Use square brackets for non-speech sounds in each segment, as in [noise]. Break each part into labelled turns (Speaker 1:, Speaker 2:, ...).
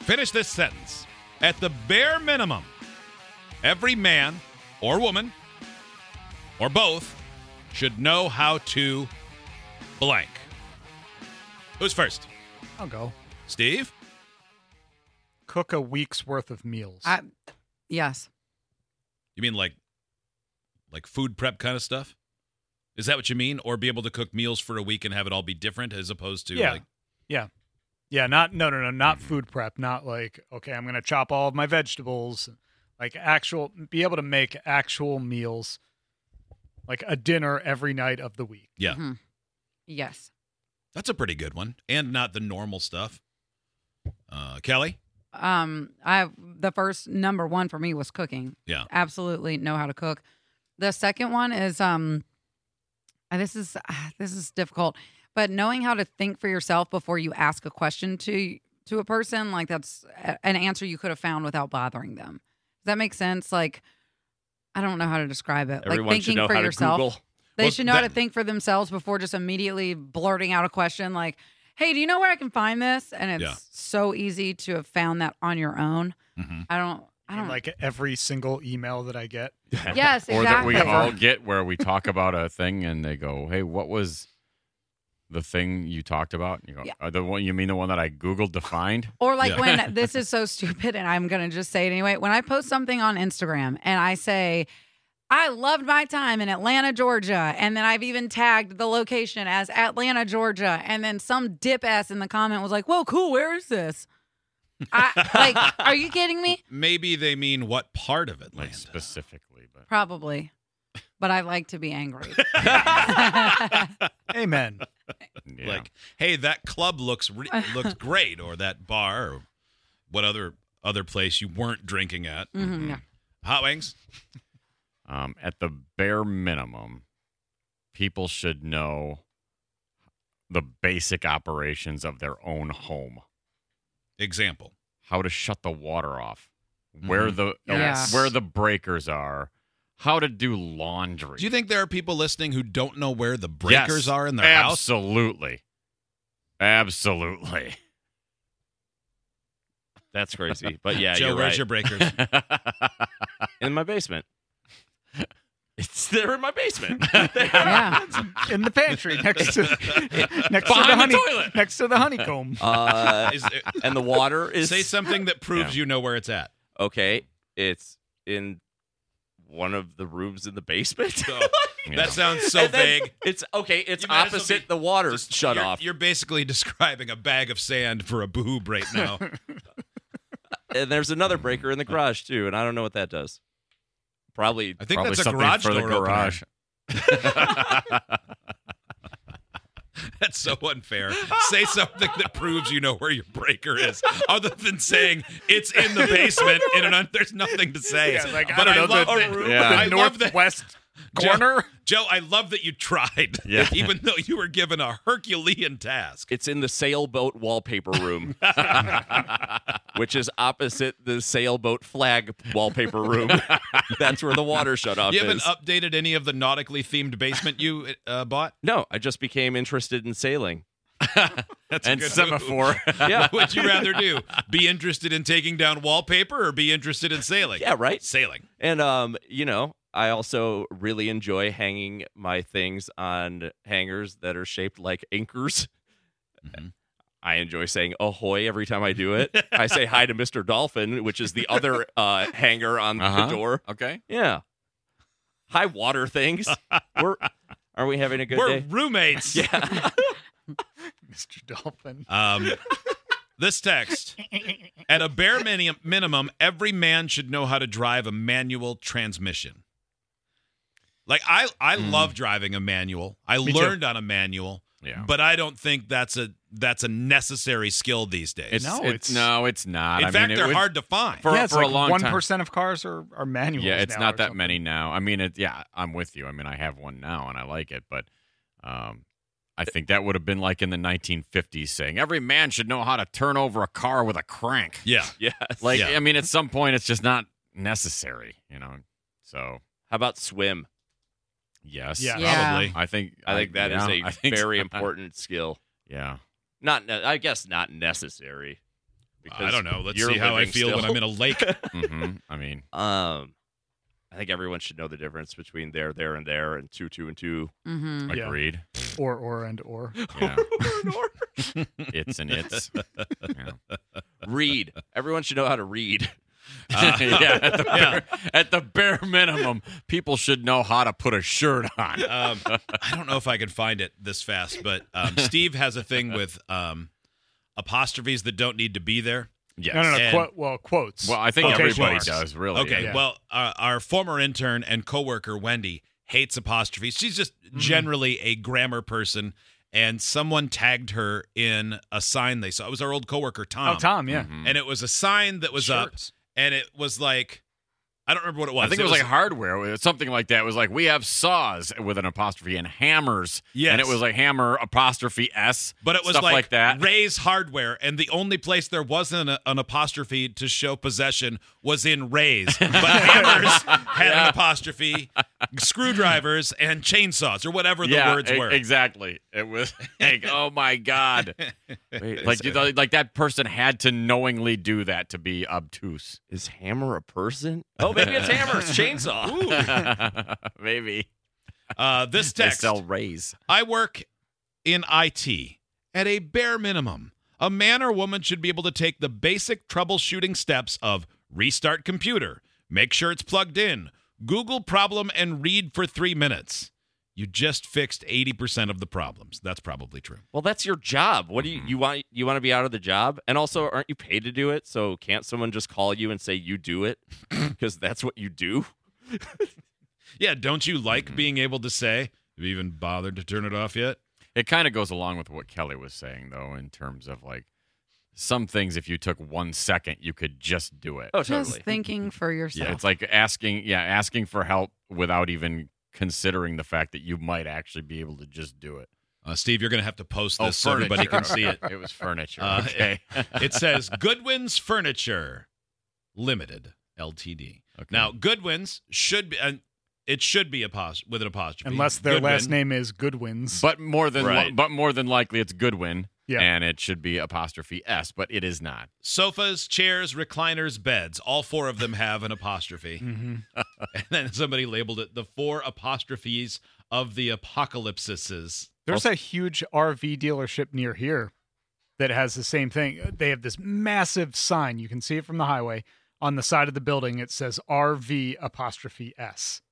Speaker 1: Finish this sentence. At the bare minimum, every man or woman or both should know how to blank. Who's first?
Speaker 2: I'll go.
Speaker 1: Steve?
Speaker 2: Cook a week's worth of meals.
Speaker 3: I, yes.
Speaker 1: You mean like like food prep kind of stuff? Is that what you mean? Or be able to cook meals for a week and have it all be different as opposed to
Speaker 2: yeah.
Speaker 1: like Mm-hmm.
Speaker 2: yeah. Yeah, not no no no, not food prep, not like okay, I'm going to chop all of my vegetables, like actual be able to make actual meals like a dinner every night of the week.
Speaker 1: Yeah.
Speaker 3: Mhm. Yes.
Speaker 1: That's a pretty good one. And not the normal stuff. Uh Kelly?
Speaker 3: Um, I the first number one for me was cooking.
Speaker 1: Yeah.
Speaker 3: Absolutely know how to cook. The second one is um, uh, this is ah, this is difficult, but knowing how to think for yourself before you ask a question to to a person like that's a- an answer you could have found without bothering them. Does that make sense? Like, I don't know how to describe it.
Speaker 4: Everyone
Speaker 3: like thinking
Speaker 4: should know
Speaker 3: for
Speaker 4: how
Speaker 3: yourself.
Speaker 4: to Google.
Speaker 3: They
Speaker 1: Well,
Speaker 3: should know how to
Speaker 1: that-
Speaker 3: think for themselves before just immediately blurting out a question like, hey, do you know where I can find this? And it's
Speaker 1: Yeah.
Speaker 3: so easy to have found that on your own.
Speaker 1: Mhm.
Speaker 3: I don't, I
Speaker 2: And
Speaker 3: don't
Speaker 2: like every single email that I get.
Speaker 3: Yes,
Speaker 4: [laughs] or that we
Speaker 3: exactly.
Speaker 4: all get where we talk about a thing and they go, "Hey, what was the thing you talked about?" And you go,
Speaker 3: Yeah.
Speaker 4: "Uh, "The one you mean the one that I Googled
Speaker 1: Oh,
Speaker 4: to find?"
Speaker 3: Or like
Speaker 1: Yeah.
Speaker 3: when this is so stupid and I'm going to just say it anyway. When I post something on Instagram and I say, I loved my time in Atlanta, Georgia. And then I've even tagged the location as Atlanta, Georgia. And then some dip ass in the comment was like, whoa, cool. Where is this? I, like, are you kidding me?
Speaker 1: Maybe they mean what part of it,
Speaker 4: Like
Speaker 1: Land?
Speaker 4: specifically,
Speaker 1: [laughs]
Speaker 4: but
Speaker 3: Probably. But I like to be angry. [laughs] Mm-hmm.
Speaker 2: [laughs] Amen.
Speaker 4: yeah.
Speaker 1: Like, hey, that club looks re- looks great, or that bar, or what other other place you weren't drinking at.
Speaker 3: Mhm, yeah.
Speaker 1: Hot wings.
Speaker 4: um, at the bare minimum, people should know the basic operations of their own home.
Speaker 1: Example.
Speaker 4: how to shut the water off,
Speaker 1: Mm-hmm.
Speaker 4: where the
Speaker 3: Yes.
Speaker 4: where the breakers are, how to do laundry.
Speaker 1: Do you think there are people listening who don't know where the breakers
Speaker 4: Yes.
Speaker 1: are in their house?
Speaker 4: Absolutely, absolutely.
Speaker 5: That's crazy. But yeah,
Speaker 1: Joe,
Speaker 5: you're
Speaker 1: where's
Speaker 5: right.
Speaker 1: your breakers?
Speaker 5: in my
Speaker 1: [laughs]
Speaker 5: basement. It's they're in my [laughs] basement. They are.
Speaker 3: yeah.
Speaker 2: In the pantry next to [laughs] next to the
Speaker 4: Behind the
Speaker 2: honey
Speaker 4: toilet.
Speaker 2: next to the honeycomb.
Speaker 5: Uh,
Speaker 1: Is it-
Speaker 5: and the water is
Speaker 1: say something that proves you know where it's at.
Speaker 5: okay. It's in one of the rooms in the basement. [laughs]
Speaker 1: So,
Speaker 4: [laughs] Yeah.
Speaker 1: That sounds so
Speaker 5: And then
Speaker 1: vague.
Speaker 5: It's okay. It's
Speaker 1: You might as well
Speaker 5: opposite
Speaker 1: be-
Speaker 5: the water
Speaker 1: Just-
Speaker 5: shut
Speaker 1: you're-
Speaker 5: off,
Speaker 1: You're basically [laughs] describing a bag of sand for a boob right now.
Speaker 5: and there's another breaker in the garage too, and I don't know what that does. Probably
Speaker 1: I think
Speaker 4: Probably
Speaker 1: that's a
Speaker 4: something
Speaker 1: garage
Speaker 4: for the
Speaker 1: door opener.
Speaker 4: garage.
Speaker 1: That's so unfair. Say something that proves you know where your breaker is, other than saying it's in the basement. In an un- there's nothing to say.
Speaker 2: Yeah, like, I
Speaker 1: but I,
Speaker 2: don't know,
Speaker 1: love
Speaker 2: the-
Speaker 1: that.
Speaker 4: the
Speaker 1: [laughs]
Speaker 4: Yeah.
Speaker 1: I love that.
Speaker 2: northwest
Speaker 1: Joe-
Speaker 2: corner. [laughs]
Speaker 1: Joe, I love that you tried,
Speaker 4: Yeah.
Speaker 1: [laughs] even though you were given a Herculean task.
Speaker 5: it's in the sailboat wallpaper room, which is opposite the sailboat flag wallpaper room. That's where the water shut off
Speaker 1: You
Speaker 5: is.
Speaker 1: haven't updated any of the nautically themed basement you uh, bought,
Speaker 5: no, I just became interested in sailing.
Speaker 4: and
Speaker 1: good
Speaker 4: semaphore.
Speaker 5: [laughs]
Speaker 4: [laughs]
Speaker 5: Yeah,
Speaker 1: What would you rather do? Be interested in taking down wallpaper or be interested in sailing?
Speaker 5: yeah, right.
Speaker 1: Sailing.
Speaker 5: And um, you know, I also really enjoy hanging my things on hangers that are shaped like inkers.
Speaker 1: Mhm.
Speaker 5: I enjoy saying ahoy every time I do it. I say hi to Mr. Dolphin, which is the other uh, hanger on
Speaker 4: Uh-huh.
Speaker 5: the door.
Speaker 4: okay.
Speaker 5: Yeah. High water things.
Speaker 1: [laughs]
Speaker 5: We're are we having a good
Speaker 1: We're
Speaker 5: day?
Speaker 1: roommates.
Speaker 5: Yeah.
Speaker 2: Mr. Dolphin.
Speaker 1: Um, this text at a bare mini- minimum, every man should know how to drive a manual transmission. Like I, I love driving a manual. I
Speaker 2: Me too.
Speaker 1: learned on a manual,
Speaker 4: Yeah.
Speaker 1: but I don't think that's a that's a necessary skill these days.
Speaker 4: It's,
Speaker 2: No, it's-
Speaker 4: it's, no, it's not.
Speaker 1: In
Speaker 4: I
Speaker 1: fact,
Speaker 4: mean, it
Speaker 1: they're
Speaker 4: was-
Speaker 1: hard to find.
Speaker 4: for-
Speaker 2: yeah, it's
Speaker 4: for a
Speaker 2: like
Speaker 4: long time.
Speaker 2: of cars are, are manuals.
Speaker 4: Yeah, it's
Speaker 2: now or
Speaker 4: not that
Speaker 2: something.
Speaker 4: many now. I mean, it, yeah, I'm with you. I mean, I have one now and I like it, but um, I think that would have been like in the 1950s saying every man should know how to turn over a car with a crank.
Speaker 1: yeah.
Speaker 5: Yes.
Speaker 4: Like,
Speaker 1: Yeah.
Speaker 4: I mean, at some point, it's just not necessary, you know? So,
Speaker 5: How about swim?
Speaker 4: yes.
Speaker 2: Yeah.
Speaker 3: Yeah.
Speaker 1: Probably.
Speaker 4: I think
Speaker 5: I think that is
Speaker 4: yeah,
Speaker 1: [laughs]
Speaker 4: I
Speaker 5: a
Speaker 4: think
Speaker 5: very
Speaker 4: so.
Speaker 5: important skill.
Speaker 4: [laughs] Yeah.
Speaker 5: Not, ne- I guess, not necessary.
Speaker 1: I don't know. Let's
Speaker 5: you're
Speaker 1: see how I
Speaker 5: living
Speaker 1: feel when
Speaker 5: still.
Speaker 1: I'm in a lake.
Speaker 4: hmm I [laughs] mean,
Speaker 5: Um, I think everyone should know the difference between there, there, and there, and two, two, and two.
Speaker 3: Mm-hmm.
Speaker 2: Yeah.
Speaker 4: [laughs] agreed.
Speaker 2: Or or and [laughs] or.
Speaker 4: Yeah. it's an [laughs] it's. Yeah. Uh,
Speaker 1: [laughs]
Speaker 5: read. Everyone should know how to read.
Speaker 1: Uh,
Speaker 4: [laughs] yeah, at the,
Speaker 1: yeah.
Speaker 4: Bare, at the bare minimum, people should know how to put a shirt on.
Speaker 1: um, I don't know if I can find it this fast, but um, Steve has a thing with um, apostrophes that don't need to be there.
Speaker 4: Yes.
Speaker 2: No, no, no.
Speaker 1: And-
Speaker 2: Quote, well, quotes.
Speaker 4: Well, I think
Speaker 1: Okay,
Speaker 4: everybody
Speaker 1: quotes.
Speaker 4: does, really.
Speaker 1: Okay,
Speaker 4: Yeah.
Speaker 1: well, uh, our former intern and coworker Wendy hates apostrophes. She's just
Speaker 4: Mm-hmm.
Speaker 1: generally a grammar person, and someone tagged her in a sign they saw. It was our old coworker Tom,
Speaker 2: oh, Tom. Yeah.
Speaker 4: Mhm.
Speaker 1: and it was a sign that was up, and it was like, I don't remember what it was.
Speaker 4: I think it was, like hardware, it was something like that. It was like we have saws with an apostrophe and hammers,
Speaker 1: Yes.
Speaker 4: and it was like hammer apostrophe s,
Speaker 1: But it was
Speaker 4: stuff
Speaker 1: like,
Speaker 4: like, that.
Speaker 1: Ray's Hardware, and the only place there wasn't a, an apostrophe to show possession was in
Speaker 4: [laughs]
Speaker 1: Ray's. But hammers had an apostrophe, screwdrivers, and chainsaws, or whatever the
Speaker 4: yeah,
Speaker 1: words
Speaker 4: e-
Speaker 1: were.
Speaker 4: exactly. It was [laughs] like, oh my god,
Speaker 5: Wait,
Speaker 4: like
Speaker 5: is,
Speaker 4: you know, like that person had to knowingly do that to be obtuse.
Speaker 5: is hammer a person? Oh, maybe it's hammer. It's
Speaker 4: [laughs]
Speaker 5: chainsaw.
Speaker 4: Maybe
Speaker 1: Uh, this
Speaker 4: [laughs] they
Speaker 1: text
Speaker 4: sell rays.
Speaker 1: I work in IT. At a bare minimum, a man or woman should be able to take the basic troubleshooting steps of restart computer, make sure it's plugged in, Google problem, and read for three minutes. You just fixed 80% of the problems. That's probably true.
Speaker 5: Well, that's your job. What do
Speaker 1: Mm-hmm.
Speaker 5: you, you want? You want to be out of the job, and also, aren't you paid to do it? So can't someone just call you and say you
Speaker 1: [clears throat]
Speaker 5: do it because that's what you do?
Speaker 1: Yeah, don't you like being able to say, have you even bothered to turn it off yet?
Speaker 4: It kind of goes along with what Kelly was saying, though, in terms of like some things, if you took one second, you could just do it.
Speaker 5: Oh,
Speaker 3: Just thinking for yourself.
Speaker 4: Yeah, it's like asking, yeah, asking for help without even considering the fact that you might actually be able to just do it.
Speaker 1: Uh, Steve, you're going to have to post
Speaker 4: Oh,
Speaker 1: this so everybody can see
Speaker 4: [laughs]
Speaker 1: it.
Speaker 4: It was furniture.
Speaker 1: Oh, Uh,
Speaker 4: [laughs] okay.
Speaker 1: [laughs] It says Goodwin's Furniture Limited Ltd.
Speaker 4: Okay.
Speaker 1: Now, Goodwin's should be, and it should be apos- with an apostrophe.
Speaker 2: Unless their
Speaker 1: Goodwin.
Speaker 2: last name is Goodwins.
Speaker 4: but more than li-
Speaker 5: Right.
Speaker 4: but more than likely, it's Goodwin,
Speaker 2: Yeah.
Speaker 4: and it should be apostrophe s, but it is not.
Speaker 1: Sofas, chairs, recliners, beds. All four of them have an
Speaker 2: [laughs]
Speaker 1: apostrophe.
Speaker 2: Mhm.
Speaker 1: [laughs] and then somebody labeled it the four apostrophes of the apocalypses.
Speaker 2: There's a huge RV dealership near here that has the same thing. They have this massive sign. You can see it from the highway. On the side of the building, it says RV apostrophe S.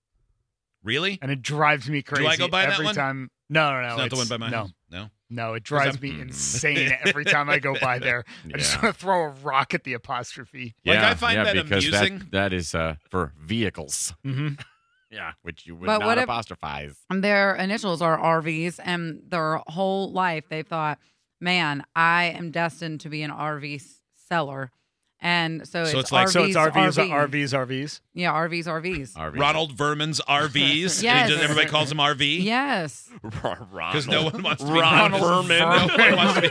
Speaker 1: Really?
Speaker 2: And it drives me crazy.
Speaker 1: I go buy that
Speaker 2: every
Speaker 1: one?
Speaker 2: time. No, no, no.
Speaker 1: it's not the one by my
Speaker 2: no.
Speaker 1: house. No.
Speaker 2: No, it drives
Speaker 1: I'm-
Speaker 2: me
Speaker 4: Mm.
Speaker 2: insane every time I go
Speaker 4: [laughs]
Speaker 2: by there. I
Speaker 1: [laughs]
Speaker 2: just
Speaker 4: Yeah.
Speaker 2: want to throw a rock at the apostrophe.
Speaker 1: Like, I find that
Speaker 4: because that-
Speaker 1: amusing.
Speaker 4: that is uh, for vehicles.
Speaker 2: Mm-hmm.
Speaker 4: Yeah, which you would
Speaker 3: But
Speaker 4: not
Speaker 3: what if-
Speaker 4: apostrophize.
Speaker 3: their initials are RVs, and their whole life they thought, "Man, I am destined to be an RV s- seller," and so,
Speaker 1: So
Speaker 3: it's,
Speaker 1: it's like-
Speaker 3: RVs,
Speaker 2: So it's uh, RVs,
Speaker 3: RV.
Speaker 2: RVs, RVs.
Speaker 3: yeah, RVs, RVs,
Speaker 4: RVs. [laughs]
Speaker 1: Ronald Vermin's RVs.
Speaker 3: Yes.
Speaker 1: He just- everybody calls him RV.
Speaker 3: yes,
Speaker 1: Because no one wants to be
Speaker 4: Ronald
Speaker 1: Ronald
Speaker 4: [laughs]
Speaker 2: Vermin.
Speaker 1: No one wants
Speaker 2: [laughs]
Speaker 1: to be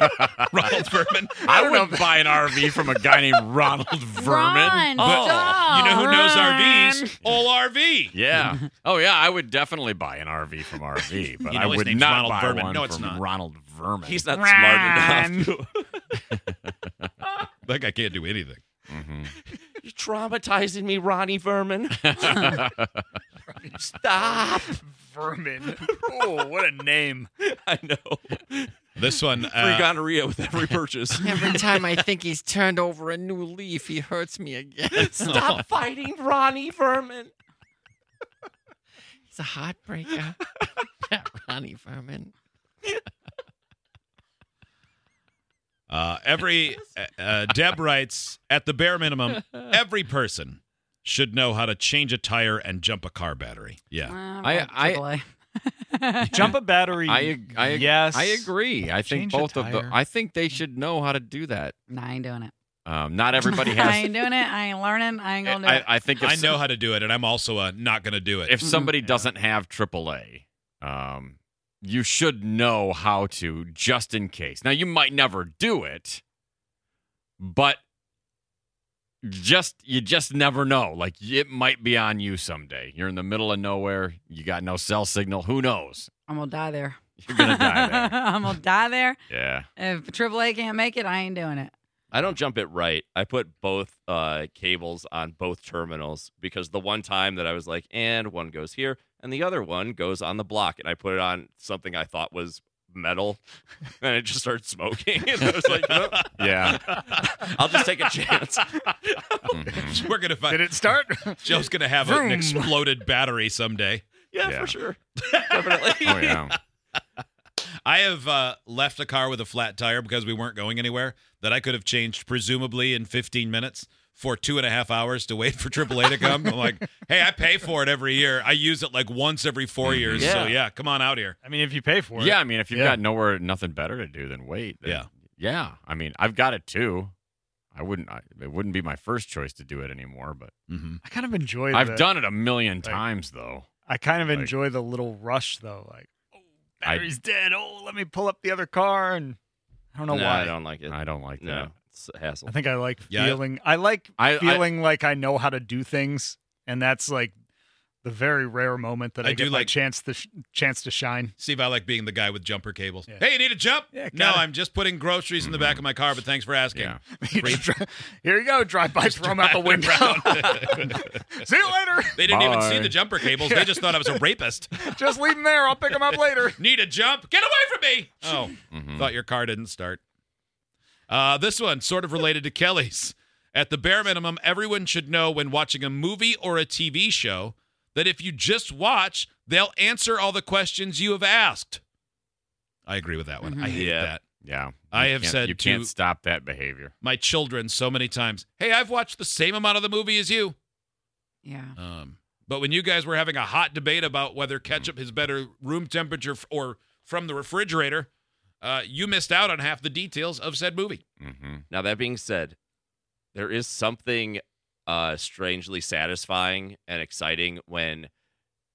Speaker 1: Ronald Vermin.
Speaker 4: I would not buy an RV from a guy named
Speaker 3: [laughs]
Speaker 4: Ronald Vermin.
Speaker 3: Ron,
Speaker 1: But
Speaker 3: stop.
Speaker 1: Oh, you know who knows
Speaker 3: Ron.
Speaker 1: RVs? All RV.
Speaker 4: Yeah.
Speaker 1: [laughs]
Speaker 4: Oh yeah, I would definitely buy an RV from RV, but
Speaker 1: You know
Speaker 4: I
Speaker 1: his
Speaker 4: would
Speaker 1: name's
Speaker 4: not
Speaker 1: Ronald
Speaker 4: buy
Speaker 1: Vermin.
Speaker 4: one
Speaker 1: No, it's
Speaker 4: from
Speaker 1: not.
Speaker 4: Ronald Vermin. [laughs]
Speaker 5: He's not smart enough. To,
Speaker 1: That guy can't do anything.
Speaker 5: [laughs] you're traumatizing me,
Speaker 4: [laughs]
Speaker 5: Ronnie Vermin. [laughs] Stop.
Speaker 2: [laughs] Vermin. oh, what a name.
Speaker 5: I know. Free
Speaker 1: This one, uh,
Speaker 5: gonorrhea with every purchase.
Speaker 4: [laughs] Every time I think he's turned over a new leaf, he hurts me again. [laughs]
Speaker 5: Stop fighting Ronnie Vermin.
Speaker 4: It's a [laughs] heartbreaker. Ronnie Vermin.
Speaker 1: uh, every uh, uh, Deb writes at the bare minimum, every person should know how to change a tire and jump a car battery. Yeah,
Speaker 3: Um,
Speaker 4: I- I-
Speaker 3: AAA.
Speaker 2: Jump a battery.
Speaker 4: I, ag- I ag-
Speaker 2: yes.
Speaker 4: I agree. I think
Speaker 2: Change a
Speaker 4: both of the.
Speaker 2: tire.
Speaker 4: I think they should know how to do that.
Speaker 3: [laughs] Nah, I ain't doing it.
Speaker 4: Um, not
Speaker 5: [laughs]
Speaker 3: [laughs]
Speaker 4: everybody
Speaker 3: I
Speaker 4: has.
Speaker 3: ain't doing it. I ain't learning. I ain't gonna do
Speaker 4: I,
Speaker 3: it.
Speaker 4: I think if
Speaker 1: I
Speaker 4: some-
Speaker 1: know how to do it, and I'm also uh, not going to do it.
Speaker 4: if somebody
Speaker 2: Yeah.
Speaker 4: doesn't have AAA, um, you should know how to just in case. Now you might never do it, but just you just never know. Like it might be on you someday. You're in the middle of nowhere. You got no cell signal. Who knows?
Speaker 3: I'm gonna die there.
Speaker 4: You're
Speaker 3: [laughs]
Speaker 4: gonna die there.
Speaker 3: I'm gonna die there.
Speaker 4: Yeah.
Speaker 3: If AAA can't make it, I ain't doing it.
Speaker 5: I don't jump it right. I put both uh, cables on both terminals because the one time that I was like, and one goes here, and the other one goes on the block, and I put it on something I thought was metal, [laughs] and it just started smoking. [laughs] And I was like, nope,
Speaker 4: Yeah.
Speaker 5: I'll just take a chance.
Speaker 4: Mhm.
Speaker 1: [laughs] We're going to
Speaker 2: Did
Speaker 1: find
Speaker 2: it [laughs] start?
Speaker 1: Joe's going to have an
Speaker 2: Vroom.
Speaker 1: exploded battery someday.
Speaker 5: Yeah,
Speaker 4: Yeah.
Speaker 5: for [laughs] sure, definitely.
Speaker 4: Oh [laughs] yeah.
Speaker 1: I have uh, left a car with a flat tire because we weren't going anywhere that I could have changed presumably in 15 minutes for two and a half hours to wait for AAA to come. I'm like, hey, I pay for it every year. I use it like once every four years. So
Speaker 5: Yeah.
Speaker 1: yeah, come on out here.
Speaker 2: I mean, if you pay for it.
Speaker 4: Yeah, I mean, if you've
Speaker 2: Yeah.
Speaker 4: got nowhere, nothing better to do than wait. then-
Speaker 1: Yeah.
Speaker 4: yeah. I mean, I've got it too. I wouldn't. I, it wouldn't be my first choice to do it anymore, but
Speaker 1: Mm-hmm.
Speaker 2: I kind of enjoy.
Speaker 4: I've
Speaker 2: the-
Speaker 4: done it a million
Speaker 2: Like-
Speaker 4: times though.
Speaker 2: I kind of
Speaker 4: like-
Speaker 2: enjoy the little rush though. Like, oh,
Speaker 4: I-
Speaker 2: battery's dead. Oh, let me pull up the other car, and I don't know
Speaker 5: No,
Speaker 2: why.
Speaker 5: I don't like it.
Speaker 4: I don't like that.
Speaker 5: No, it's a hassle.
Speaker 2: I think I like
Speaker 1: Yeah.
Speaker 2: feeling. I like
Speaker 4: I- I-
Speaker 2: feeling like I know how to do things, and that's like the very rare moment that
Speaker 1: I
Speaker 2: I, get
Speaker 1: do
Speaker 2: my
Speaker 1: like-
Speaker 2: chance to sh- chance to shine.
Speaker 1: Steve, I like being the guy with jumper cables.
Speaker 2: Yeah.
Speaker 1: Hey, you need a jump?
Speaker 2: Yeah,
Speaker 1: no,
Speaker 2: kinda.
Speaker 1: I'm just putting groceries in the back of my car, but thanks for asking.
Speaker 4: Yeah.
Speaker 2: [laughs] You just dri- Here you go, drive by, throw them out the window. [laughs]
Speaker 4: [laughs]
Speaker 5: [laughs]
Speaker 2: See you later.
Speaker 1: They didn't even see
Speaker 4: Bye.
Speaker 1: the jumper cables. They just thought I was a rapist.
Speaker 2: Just leave them there. I'll pick them up later.
Speaker 1: Need a jump? Get away [laughs] from me! Oh,
Speaker 4: Mhm.
Speaker 1: thought your car didn't start. Uh, this one, sort of related to Kelly's. At the bare minimum, everyone should know when watching a movie or a TV show that if you just watch, they'll answer all the questions you have asked. I agree with that one. I hate
Speaker 5: Yeah.
Speaker 1: that.
Speaker 4: Yeah,
Speaker 1: I
Speaker 4: You
Speaker 1: have
Speaker 4: can't-
Speaker 1: said
Speaker 4: you can't
Speaker 1: to-
Speaker 4: stop that behavior.
Speaker 1: My children, so many times, hey, I've watched the same amount of the movie as you.
Speaker 3: Yeah.
Speaker 1: Um, but when you guys were having a hot debate about whether
Speaker 5: Mm-hmm.
Speaker 1: ketchup is better room temperature f- or from the refrigerator, uh, you missed out on half the details of said movie.
Speaker 4: hmm
Speaker 5: [laughs] Now that being said, there is something uh strangely satisfying and exciting when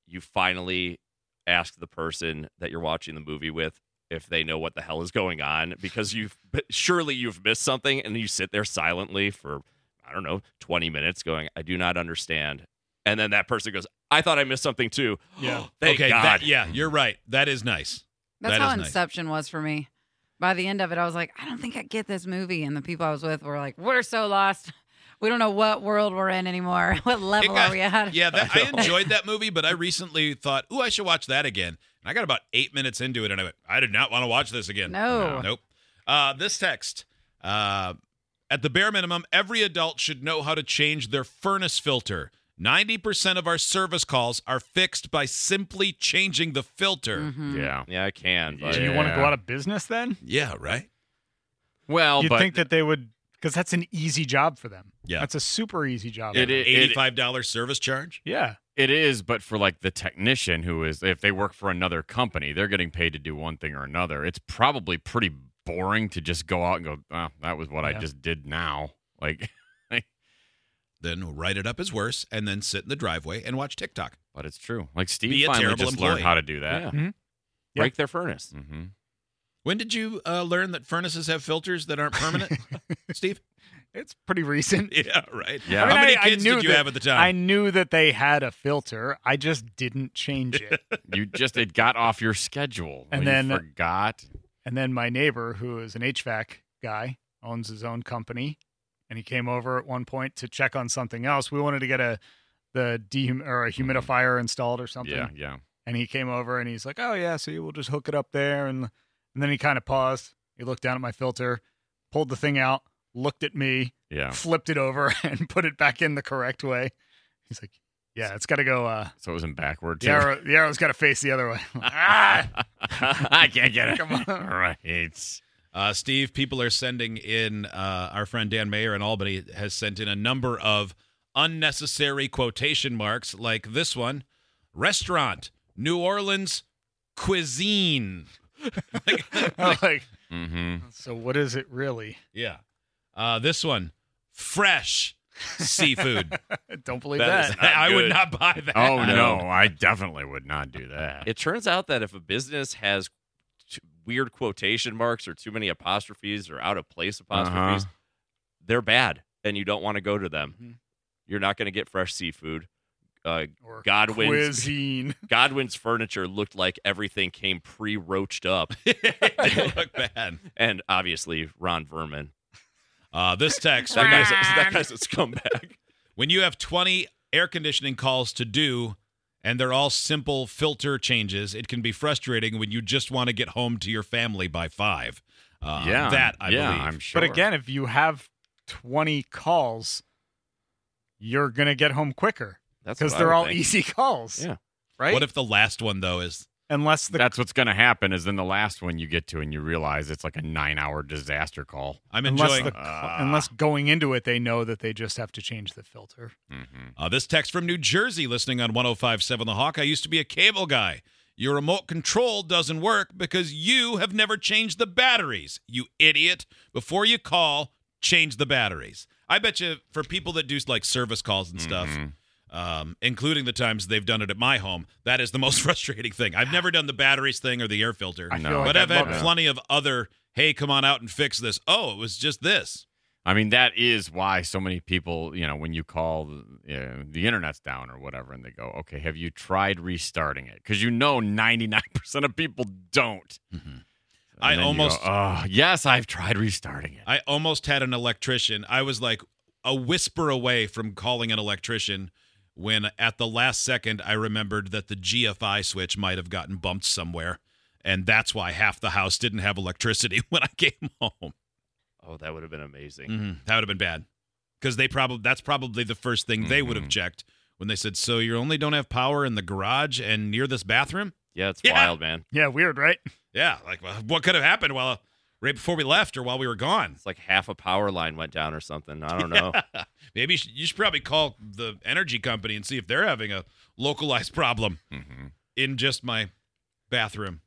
Speaker 5: you finally ask the person that you're watching the movie with if they know what the hell is going on because you've [laughs] but surely you've missed something and you sit there silently for I don't know 20 minutes going I do not understand and then that person goes I thought I missed something too
Speaker 2: Yeah.
Speaker 1: [gasps]
Speaker 5: thank
Speaker 1: okay,
Speaker 5: God
Speaker 1: That, yeah, you're right. That is nice.
Speaker 3: That's
Speaker 1: That
Speaker 3: how
Speaker 1: is nice.
Speaker 3: Inception was for me. By the end of it, I was like, I don't think I get this movie. And the people I was with were like, we're so lost. We don't know what world we're in anymore. [laughs] What level
Speaker 1: got-
Speaker 3: are we at?
Speaker 1: Yeah,
Speaker 4: [laughs]
Speaker 1: that, I, enjoyed that movie, but I recently thought, ooh, I should watch that again. And I got about eight minutes into it, and I went, I did not want to watch this again.
Speaker 3: No.
Speaker 1: Nope. Uh, this text. Uh, at the bare minimum, every adult should know how to change their furnace filter. 90% of our service calls are fixed by simply changing the filter.
Speaker 4: Mm-hmm.
Speaker 3: Mhm.
Speaker 4: Yeah.
Speaker 5: yeah I can but
Speaker 2: So you want to go
Speaker 4: Yeah.
Speaker 2: out of business then?
Speaker 1: Yeah, right?
Speaker 4: Well,
Speaker 2: You'd
Speaker 4: Oh, but
Speaker 2: think that they would, because that's an easy job for them.
Speaker 1: Yeah.
Speaker 2: That's a super easy job.
Speaker 4: It
Speaker 2: for them.
Speaker 4: is-
Speaker 1: $85 service charge?
Speaker 2: Yeah.
Speaker 4: it is. But for like the technician who is, if they work for another company, they're getting paid to do one thing or another. It's probably pretty boring to just go out and go. Oh, that was what I
Speaker 2: Yeah.
Speaker 4: just did now. Like,
Speaker 1: Then write it up as worse and then sit in the driveway and watch TikTok.
Speaker 4: but it's true. Like Steve
Speaker 1: Be a
Speaker 4: finally
Speaker 1: terrible
Speaker 4: just
Speaker 1: employee.
Speaker 4: learned how to do that.
Speaker 5: yeah.
Speaker 2: Mhm. Yeah.
Speaker 5: break
Speaker 2: [laughs]
Speaker 5: their furnace
Speaker 4: Mm-hmm.
Speaker 1: When did you uh, learn that furnaces have filters that aren't permanent,
Speaker 4: [laughs]
Speaker 1: Steve?
Speaker 2: It's pretty recent.
Speaker 1: [laughs] Yeah, right.
Speaker 4: Yeah. I
Speaker 1: How
Speaker 4: mean,
Speaker 1: many
Speaker 2: I- I
Speaker 1: kids
Speaker 2: knew
Speaker 1: did you
Speaker 2: that-
Speaker 1: have at the
Speaker 2: I
Speaker 1: time?
Speaker 2: knew that they had a filter. I just didn't change
Speaker 4: [laughs]
Speaker 2: it.
Speaker 4: You just it got off your schedule.
Speaker 2: And
Speaker 4: You
Speaker 2: then-
Speaker 4: forgot.
Speaker 2: And then my neighbor, who is an HVAC guy, owns his own company, and he came over at one point to check on something else. We wanted to get a the dehum or a humidifier installed or something.
Speaker 4: Mm-hmm. Yeah, yeah.
Speaker 2: And he came over and he's like, "Oh yeah, so we'll just hook it up there." And and then he kind of paused. He looked down at my filter, pulled the thing out, looked at me,
Speaker 4: Yeah.
Speaker 2: flipped it over, [laughs] and put it back in the correct way. He's like, "Yeah, it's got to go. Uh,
Speaker 4: So it was in backward
Speaker 2: the
Speaker 4: too.
Speaker 2: arrow, the arrow's got to face the other way." ah,
Speaker 4: I can't
Speaker 2: [laughs]
Speaker 4: get it.
Speaker 2: Come on.
Speaker 4: All [laughs] right.
Speaker 1: Uh, Steve, people are sending in, uh, our friend Dan Mayer in Albany has sent in a number of unnecessary quotation marks like this one restaurant, New Orleans cuisine.
Speaker 2: like,
Speaker 1: [laughs]
Speaker 4: Mm-hmm.
Speaker 2: so what is it really? [laughs]
Speaker 1: Yeah. Uh, this one, fresh seafood.
Speaker 2: Don't believe
Speaker 5: That
Speaker 2: that.
Speaker 5: is-
Speaker 1: I would
Speaker 5: good.
Speaker 1: not buy that.
Speaker 4: Oh no, I definitely would not do that.
Speaker 5: It turns out that if a business has t- weird quotation marks or too many apostrophes or out of place apostrophes,
Speaker 4: Uh-huh.
Speaker 5: they're bad and you don't want to go to them.
Speaker 2: Mhm.
Speaker 5: You're not going to get fresh seafood. Uh,
Speaker 2: Mm-hmm. Or
Speaker 5: Godwin's-
Speaker 4: [laughs]
Speaker 5: [laughs]
Speaker 2: cuisine.
Speaker 5: Godwin's furniture looked like everything came pre
Speaker 4: [laughs]
Speaker 5: roached up.
Speaker 1: [laughs] they look bad.
Speaker 5: And obviously, Ron Verman.
Speaker 1: Uh, this text.
Speaker 5: That
Speaker 1: when,
Speaker 5: guy's
Speaker 1: you,
Speaker 5: a, that guy's a scumbag.
Speaker 1: when you have 20 air conditioning calls to do and they're all simple filter changes, it can be frustrating when you just want to get home to your family by five. Uh,
Speaker 4: yeah,
Speaker 1: That I
Speaker 4: yeah,
Speaker 1: believe.
Speaker 4: I'm sure.
Speaker 2: But again, if you have 20 calls, you're going to get home quicker
Speaker 5: That's
Speaker 2: because
Speaker 5: what I
Speaker 2: they're
Speaker 5: would
Speaker 2: all
Speaker 5: think.
Speaker 2: easy calls.
Speaker 5: Yeah.
Speaker 2: Right?
Speaker 1: What if the last one, though, is
Speaker 2: Unless the
Speaker 4: that's what's going to happen. Is then the last one you get to, and you realize it's like a nine-hour disaster call.
Speaker 1: I'm
Speaker 2: unless
Speaker 1: enjoying
Speaker 2: the
Speaker 5: Ah.
Speaker 2: ca- unless going into it they know that they just have to change the filter.
Speaker 4: Mm-hmm.
Speaker 1: Uh, this text from New Jersey, listening on 1057 The Hawk. I used to be a cable guy. Your remote control doesn't work because you have never changed the batteries, you idiot. Before you call, change the batteries. I bet you for people that do like service calls and stuff,
Speaker 4: Mhm.
Speaker 2: Mm-hmm.
Speaker 1: um, including the times they've done it at my home, that is the [laughs] most frustrating thing. I've never done the batteries thing or the air filter,
Speaker 2: I
Speaker 4: No.
Speaker 2: feel like
Speaker 1: but
Speaker 2: I'd
Speaker 1: I've had
Speaker 2: love-
Speaker 1: plenty of other, hey, come on out and fix this. Oh, it was just this.
Speaker 4: I mean, that is why so many people, you know, when you call you know, the internet's down or whatever, and they go, okay, have you tried restarting it? Because you know 99% of people don't.
Speaker 1: Mhm.
Speaker 4: And
Speaker 1: I
Speaker 4: then you go,
Speaker 1: almost-
Speaker 4: oh, yes, I've tried restarting it.
Speaker 1: I almost had an electrician. I was like a whisper away from calling an electrician when at the last second I remembered that the GFI switch might have gotten bumped somewhere. And that's why half the house didn't have electricity [laughs] when I came home.
Speaker 5: Oh, that would have been amazing.
Speaker 4: Mm.
Speaker 1: That would have been bad. Because they probably that's probably the first thing they would have
Speaker 4: Mhm.
Speaker 1: checked when they said, So you only don't have power in the garage and near this bathroom?
Speaker 5: Yeah, it's
Speaker 1: Yeah.
Speaker 5: wild, man.
Speaker 2: Yeah, weird, right?
Speaker 1: Yeah. Like well, what could have happened while right before we left or while we were gone?
Speaker 5: It's like half a power line went down or something. I don't know.
Speaker 1: Maybe you should, you should probably call the energy company and see if they're having a localized problem
Speaker 4: Mhm.
Speaker 1: in just my bathroom.